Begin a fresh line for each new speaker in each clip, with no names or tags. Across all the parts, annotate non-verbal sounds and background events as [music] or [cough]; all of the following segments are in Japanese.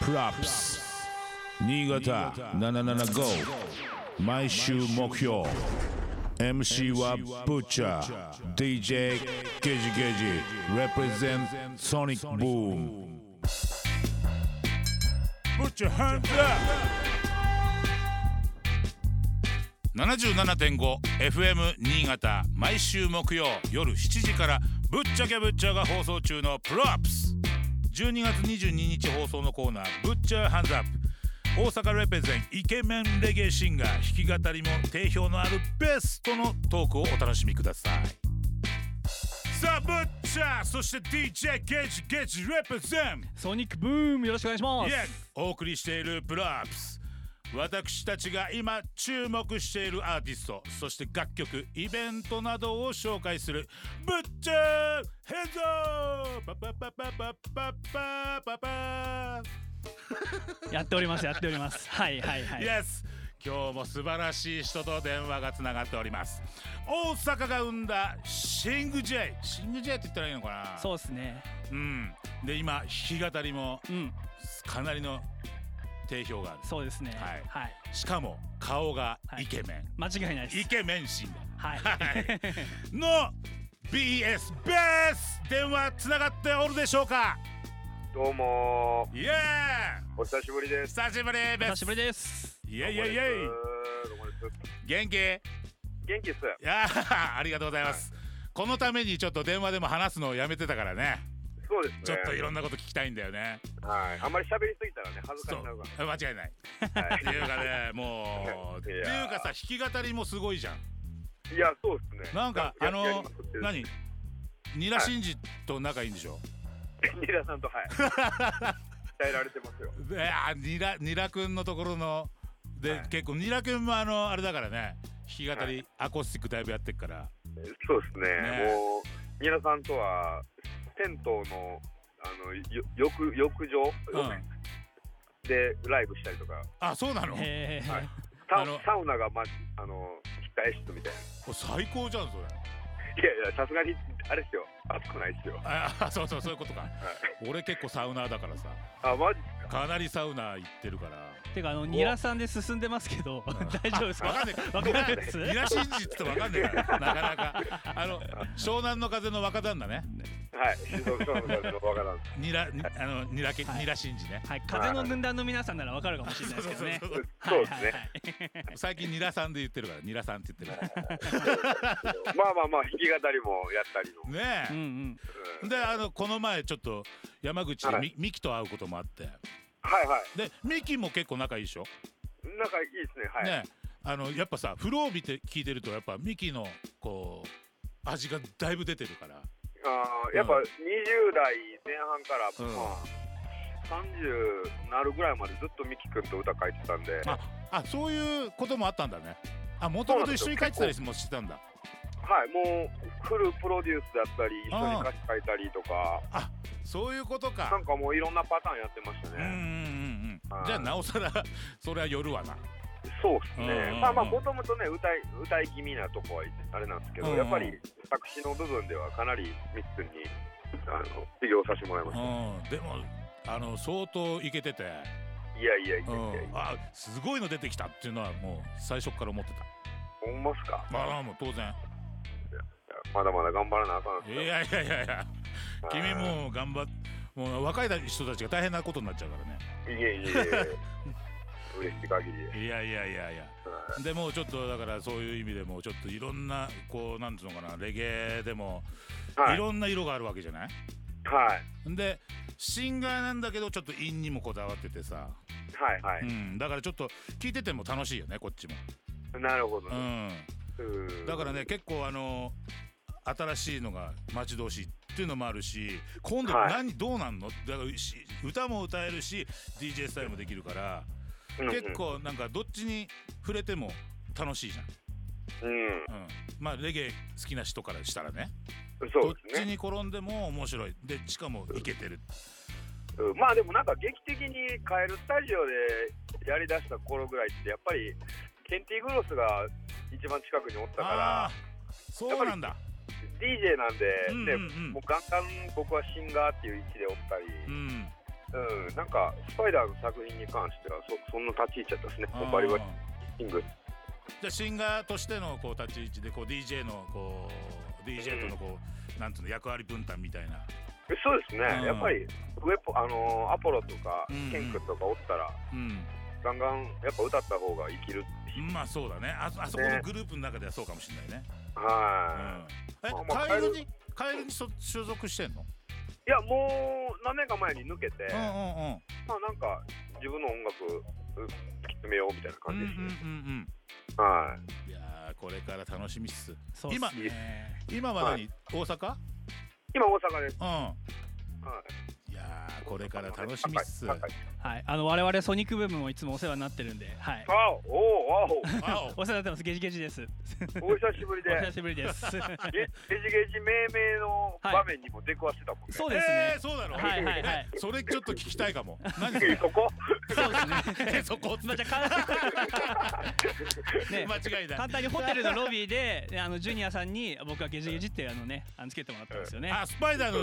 プラップス新潟775毎週目標 MC はブッチャー DJ ゲジゲジ represent ソニックブーム Put your hands up!
77.5FM 新潟毎週木曜夜7時から「ぶっちゃけぶっちゃ」が放送中の「プロアップス」12月22日放送のコーナー「ぶっちゃハンズアップ」大阪レペゼンイケメンレゲエシンガー弾き語りも定評のあるベストのトークをお楽しみくださいさあぶっちゃそして DJ ゲージゲージレペゼン
ソニックブームよろしくお願いしま
いや
す
お送りしているプロアップス私たちが今注目しているアーティストそして楽曲イベントなどを紹介する「ぶっちゃーヘンゾー!」パパパパパパパパパ
やっておりますやっておりますはいはいはい
Yes 今日も素晴らしい人と電話がつながっております大阪が生んだシング J シング J って言ったらいいのかな
そうですね
う、ん、で今弾き語りも
うん
かなりの定評がある
そうですね
はい
はい、
しかも顔がイケメン、
間違いないです
イケメンシン
はい
ガー、はい、の BS ベース電話つながっておるでしょうか
どうも
イエー
ー、お久しぶりです。
久しぶりベ
[laughs] 久
ース
しぶりです
イエイイエイイエイ
どうもです。どうもです
元気い
元気っす。
やー [laughs] ありがとうございます、このためにちょっと電話でも話すのをやめてたからね
そうですね。
ちょっといろんなこと聞きたいんだよね
はい。あんまり喋りすぎたらね、恥ずか
そ
しくなるか
う間違いない
ら。は
っていうか
[laughs]
ねもうって
い
い
や
う
ー
かさ弾き語りもすごいじゃん
い。いや、そうですね。
なんか
や
あの
やりますって
何ニラシンジと仲いいんでしょ、
ニラさんとはい。鍛えられてま
[laughs]
すよ。
いやニラニラくんのところので、
はい
結構ニラくんもあのあれだからね弾き語り、アコースティックだいぶやってっから
そうです
ね
ね。もうニラさんとは銭湯のあのよ浴浴場、
うん
でライブしたりとか、
あそうなの
へえ、
はい
あ
サ
の
サウナがまあの控え室みたいな。
お最高じゃんそれ
いやいや、さすがにあれですよ。暑くないですよ。
ああそうそうそういうことか俺結構サウナーだからさ
あ、マジっすか
かなりサウナー行ってるから
てかあのニラさんで進んでますけど [laughs] 大丈夫ですか
わかんねえ
わかんないです
ニラシンジっつってわかんねえからなかなかあの湘南の風の若旦那ね
はい、静岡の方のわからん。
ニラにあのニラけ、
はい
ニラシンジね
はい、風の軍団の皆さんならわかるかもしれないですけどね。
そうそう
はい
そうですね
はいはい
最近ニラさんで言ってるからニラさんって言ってるか
まあまあまあ、弾き語りもやったりの。
らね
う
え
んうん。
うん
であのこの前ちょっと山口でみ、
は
ミキと会うこともあって
はいはい。
でミキも結構仲いいでしょ、
仲いいですね。はい。
ねあのやっぱさフロービって聞いてるとやっぱミキのこう味がだいぶ出てるから
あーやっぱ
うん
20代前半から、
うん
まあ、30なるぐらいまでずっとミキ君と歌書いてたんで、
ああそういうこともあったんだねあもともと一緒に書いてたりもしてたんだ
はい、もうフルプロデュースだったり、一緒に歌詞書いたりとか、
あそういうこと
な
か
んかもういろんなパターンやってまし
う
た
んうん
ね。
うんう
は
ん
い
じゃあなおさら [laughs] それは夜はな
そうです
うんうんう
ね
ん。
まあまあ、もともとね、歌い、歌い気味なとこはあれなんですけど、
うんうん
やっぱり作詞の部分ではかなりミキ君に、あの、修行させてもらいました。
うんでもあの相当イケてて、
いやいやいやいうやいや
ん、あすごいの出てきたっていうのはもう最初から思ってた
ほんますか
まあもう当然
まだまだ頑張らなあかんっす
い
よ
やいやいやいや君もう頑張っもう若い人たちが大変なことになっちゃうからね
いえい
[laughs]
えいえ嬉しい限りで
いやいやいやいやでもうちょっとだからそういう意味でもちょっといろんなこうなんつうのかなレゲエでも
はいい
ろんな色があるわけじゃない、
はい
でシンガーなんだけどちょっと韻にもこだわっててさ、
はいは
う
い、
ん、だからちょっと聞いてても楽しいよねこっちも、
なるほど、
うん、
うん
だからね結構あの新しいのが待ち遠しいっていうのもあるし今度
はい
何、どうなんのだからし歌も歌えるし DJ スタイルもできるから、
うんうん
結構なんかどっちに触れても楽しいじ
うん
ゃん、うん、まあレゲエ好きな人からしたらね
そ
ど
う
っ
で
ち
すね
に転んでも面白いでしかもイケてる
うんまあでもなんか劇的に変えるスタジオでやりだした頃ぐらいってやっぱりケンティ・グロスが一番近くにおった
ああ
から
ーそうなんだ
DJ なんで、
うんうんうん
ねもうガンガン僕はシンガーっていう位置でおったり、
うん
うん、なんかスパイダーの作品に関してはそそんな立ち入っちゃったですね、
あー
バリバリキング、
じゃあシンガーとしてのこう立ち位置でこう DJ のこう DJ とのこうなんつうの役割分担みたいな。
そうですね、
うん
やっぱり上ポ、あのーアポロとか
うんうん
ケン君とかおったら、
うん。
ガンガンやっぱ歌った方が生きる、
まあそうだね。ああそこのグループの中ではそうかもしれないね。うん
は。
え
まあ、まあ
カエルにカエルに所所属してんの？
い、いや、もう何年か前に抜けて、
うんうんうん。
まあなんか自分の音楽う突き詰めようみたい
うん
な感
うん
じ
うん
ですね、
うん。
はい
やーこれから楽しみっす。
そうっすね
今は何？大阪？
い、今大阪です、
うん。
はい
やーこれから楽しみっす。
高い高い
はいあの我々ソニックブームもいつもお世話になってるんではい
あーおーおー
わお
お世話になってますゲジゲジです
お久しぶり
[laughs] お
で
久しぶりです
ゲゲジゲジ命名の場面にも出くわしてたもんね、
そうです
え
ね
ー、そうだろ。
はいはいはい
えそれちょっと聞きたいかも。何そ
え
[laughs]
れ
ーそこ
そうですね
えそこ
まあじゃあか [laughs] ね
間違いない。
簡単にホテルのロビーでねあのジュニアさんに僕はゲジゲジってあのねあのつけてもらったんですよね
あスパイダーの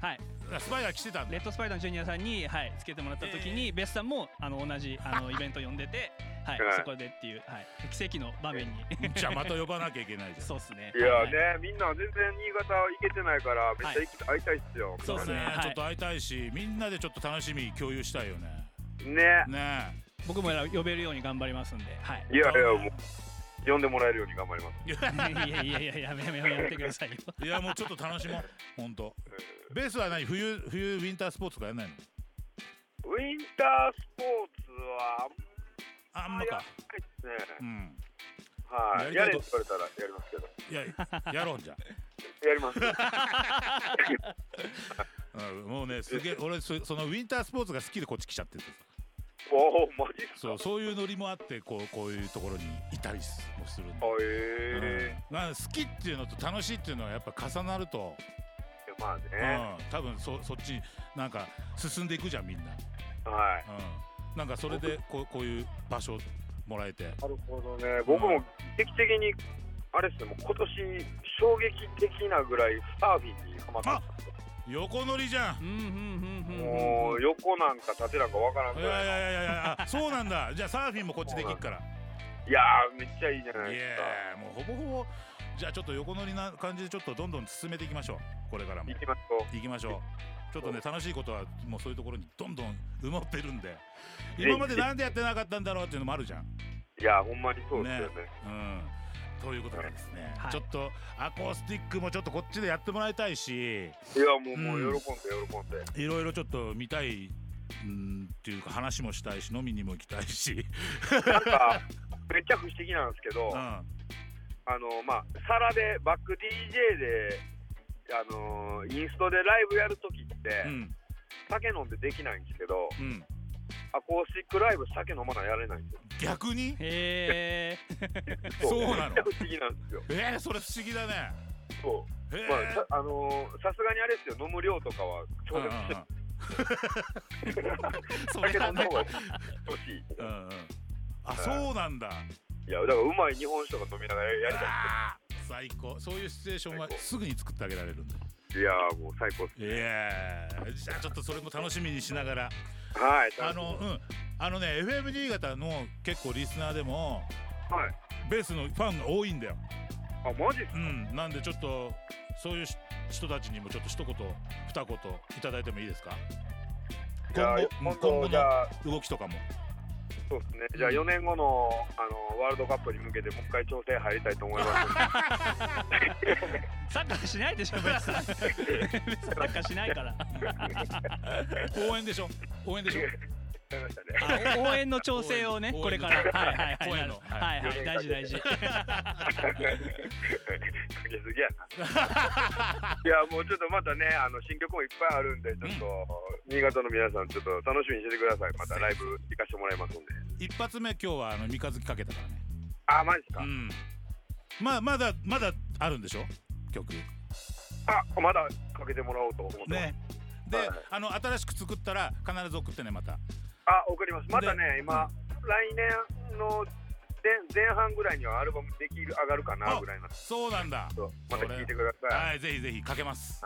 はい
あスパイダー来てたんだ
レッドスパイダーのジュニアさんに、はい、つけてもらった時に、ベスさんもあの同じあのイベント呼んでて、はい
はい、
そこでっていう、はい、奇跡の場面に、
じゃあまた呼ばなきゃいけないじゃん
[laughs] そうっすね。
いや
はいはい
ね、みんな全然新潟行けてないから、めっちゃ行き会いたいっすよ。
そうっすねはい
ちょっと会いたいしみんなでちょっと楽しみ共有したいよね
ね。
ね
僕も呼べるように頑張りますんで、はい。
いやいや、もう、呼んでもらえるように頑張ります。
いやいやいや、やめやめやめやめてください
[laughs]
よ。
えいやもうちょっと楽し
[laughs]
もうほんとベースは何冬冬ウィンタースポーツとかやんないの
ウィンタースポーツは、
あ
あ
んま
やら
か
ないっすね。
うん
はい。
や
や
りた
れっ
い
て言われたらやりますけど。
いややろうじゃ
やります。
うんもうねすげ
[laughs]
え俺そそのウィンタースポーツが好きでこっち来ちゃってて
おお、マジっす
そう
か。
そういうノリもあってこうこういうところにいたりもするんで
あえ
うんまあ、好きっていうのと楽しいっていうのはやっぱ重なると、
えまあ
う
ね。
ん、多分そそっちなんか進んでいくじゃんみんな、
はい。
うん、なんかそれでこうこういう場所もらえて
なるほどね。僕も劇的に、あれっすね、もう今年、衝撃的なぐらいサーフィンにハマったんですよ。
横乗りじゃん
うんうんうんうんうん。
もう、横なんか縦なんかわからん
い
ぐらいの
やいやいやいやあそうなんだじゃあサーフィンもこっちできっから
いやー、めっちゃいいじゃない
い
ですか。
やもうほぼほぼじゃあちょっと横乗りな感じでちょっとどんどん進めていきましょうこれからも
行きましょ
行きましょうちょっとね楽しいことはもうそういうところにどんどん埋まってるんで今までなんでやってなかったんだろうっていうのもあるじゃん
う。いやー、ほんまにそうですよね。
うん、ということでですね、
はい
ちょっとアコースティックもちょっとこっちでやってもらいたいし
いや、もう、も
うん
う喜んで、喜んで。
いろいろちょっと見たいうんっていうか話もしたいし飲みにも行きたいし、
なんか、めっちゃ不思議なんですけど、
うん、
あ
あ
の、まあ、皿で、バック DJ で、あのーインストでライブやるときって、
うん
酒飲んでできないんですけど、
うん
アコースティックライブ、酒飲まないやれないんですよ。
逆に
へえ。
[laughs] そうなの
めっちゃ不思議なんですよ。
えー、それ不思議だね
そ
え
う。
ー
まあ、さあのーさすがにあれですよ、飲む量とかは調
うんうん
節
う
して
ん、それ
酒
は
飲んだ
ね
方が欲しい。
うんうんあそうなんだ
いや、だから、うまい日本酒とか飲みながらやりたい。
あー最高そういうシチュエーションは
最高
すぐに作ってあげられるんだ
いやー、もう最高っす
いやーじゃあちょっとそれも楽しみにしながら
はい、
あの、うん、あのね、FM 新潟の結構リスナーでも、
はい。
ベースのファンが多いんだよ。
あ、マジっす
う
か、
ん、なんでちょっと、そういうし人たちにもちょっと一言、二言いただいてもいいですか。
じゃあ
今後、
今
今後
度、じゃあ、
の動きとかも。
そうですね。じゃあ、4年後の、あの、ワールドカップに向けて、もう一回調整入りたいと
[laughs]
思います。
サッカーしないでしょ、ベスさん。
[laughs]
ベスサッカーしないから。
応援でしょ応援でしょ
わかりましたね。
あお応援の調整をね、
応援
これから。はいはいはい。
応援の
はいはい、大事大事。
[laughs] かけすぎやな。いや、もうちょっとまたね、あの、新曲もいっぱいあるんで、ちょっと、新潟の皆さん、ちょっと楽しみにしててください。またライブ行かしてもらいますんで。
一発目、今日はあの三日月かけたからね。
あ、マジっすか、
うん。まあ、まだ、まだあるんでしょ曲。
あ、まだかけてもらおうと思ってます。
ね。で、
はい
あの新しく作ったら必ず送ってねまた
あ、送ります。また
で
ね、今、来年の前前半ぐらいにはアルバムできる上がるかなぐらいなんです
そうなんだ
けどまた聞いてください
はいぜひぜひかけます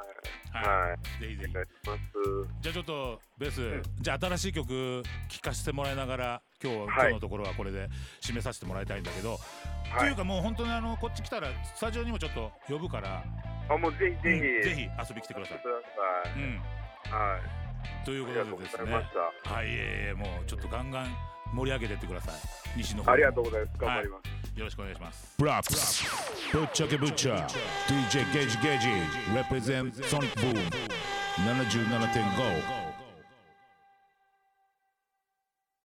はい、
は
はい、
いぜひぜひ
お願いします
じゃあちょっとベース、
ん
じゃあ新しい曲聴かせてもらいながら今日は、
はい
今日のところはこれで締めさせてもらいたいんだけど、と
はいいう
かもう本当にあのこっち来たらスタジオにもちょっと呼ぶから
あもうぜひ
う
ぜひ、
ん
ひ
ぜひ遊び来てください。うん、
ださいはい
というこ
ありがと
と
う
で
ご
です
ざい
ね
ました、
はいいえいえもうちょっとガンガン盛り上げてってください西の方
ありが
よ
とうございます頑張ります、
ろしくお願いします。
Props. Butcher ke Butcher. DJ Gage Gage. Represent Sonic Boom. 77.5.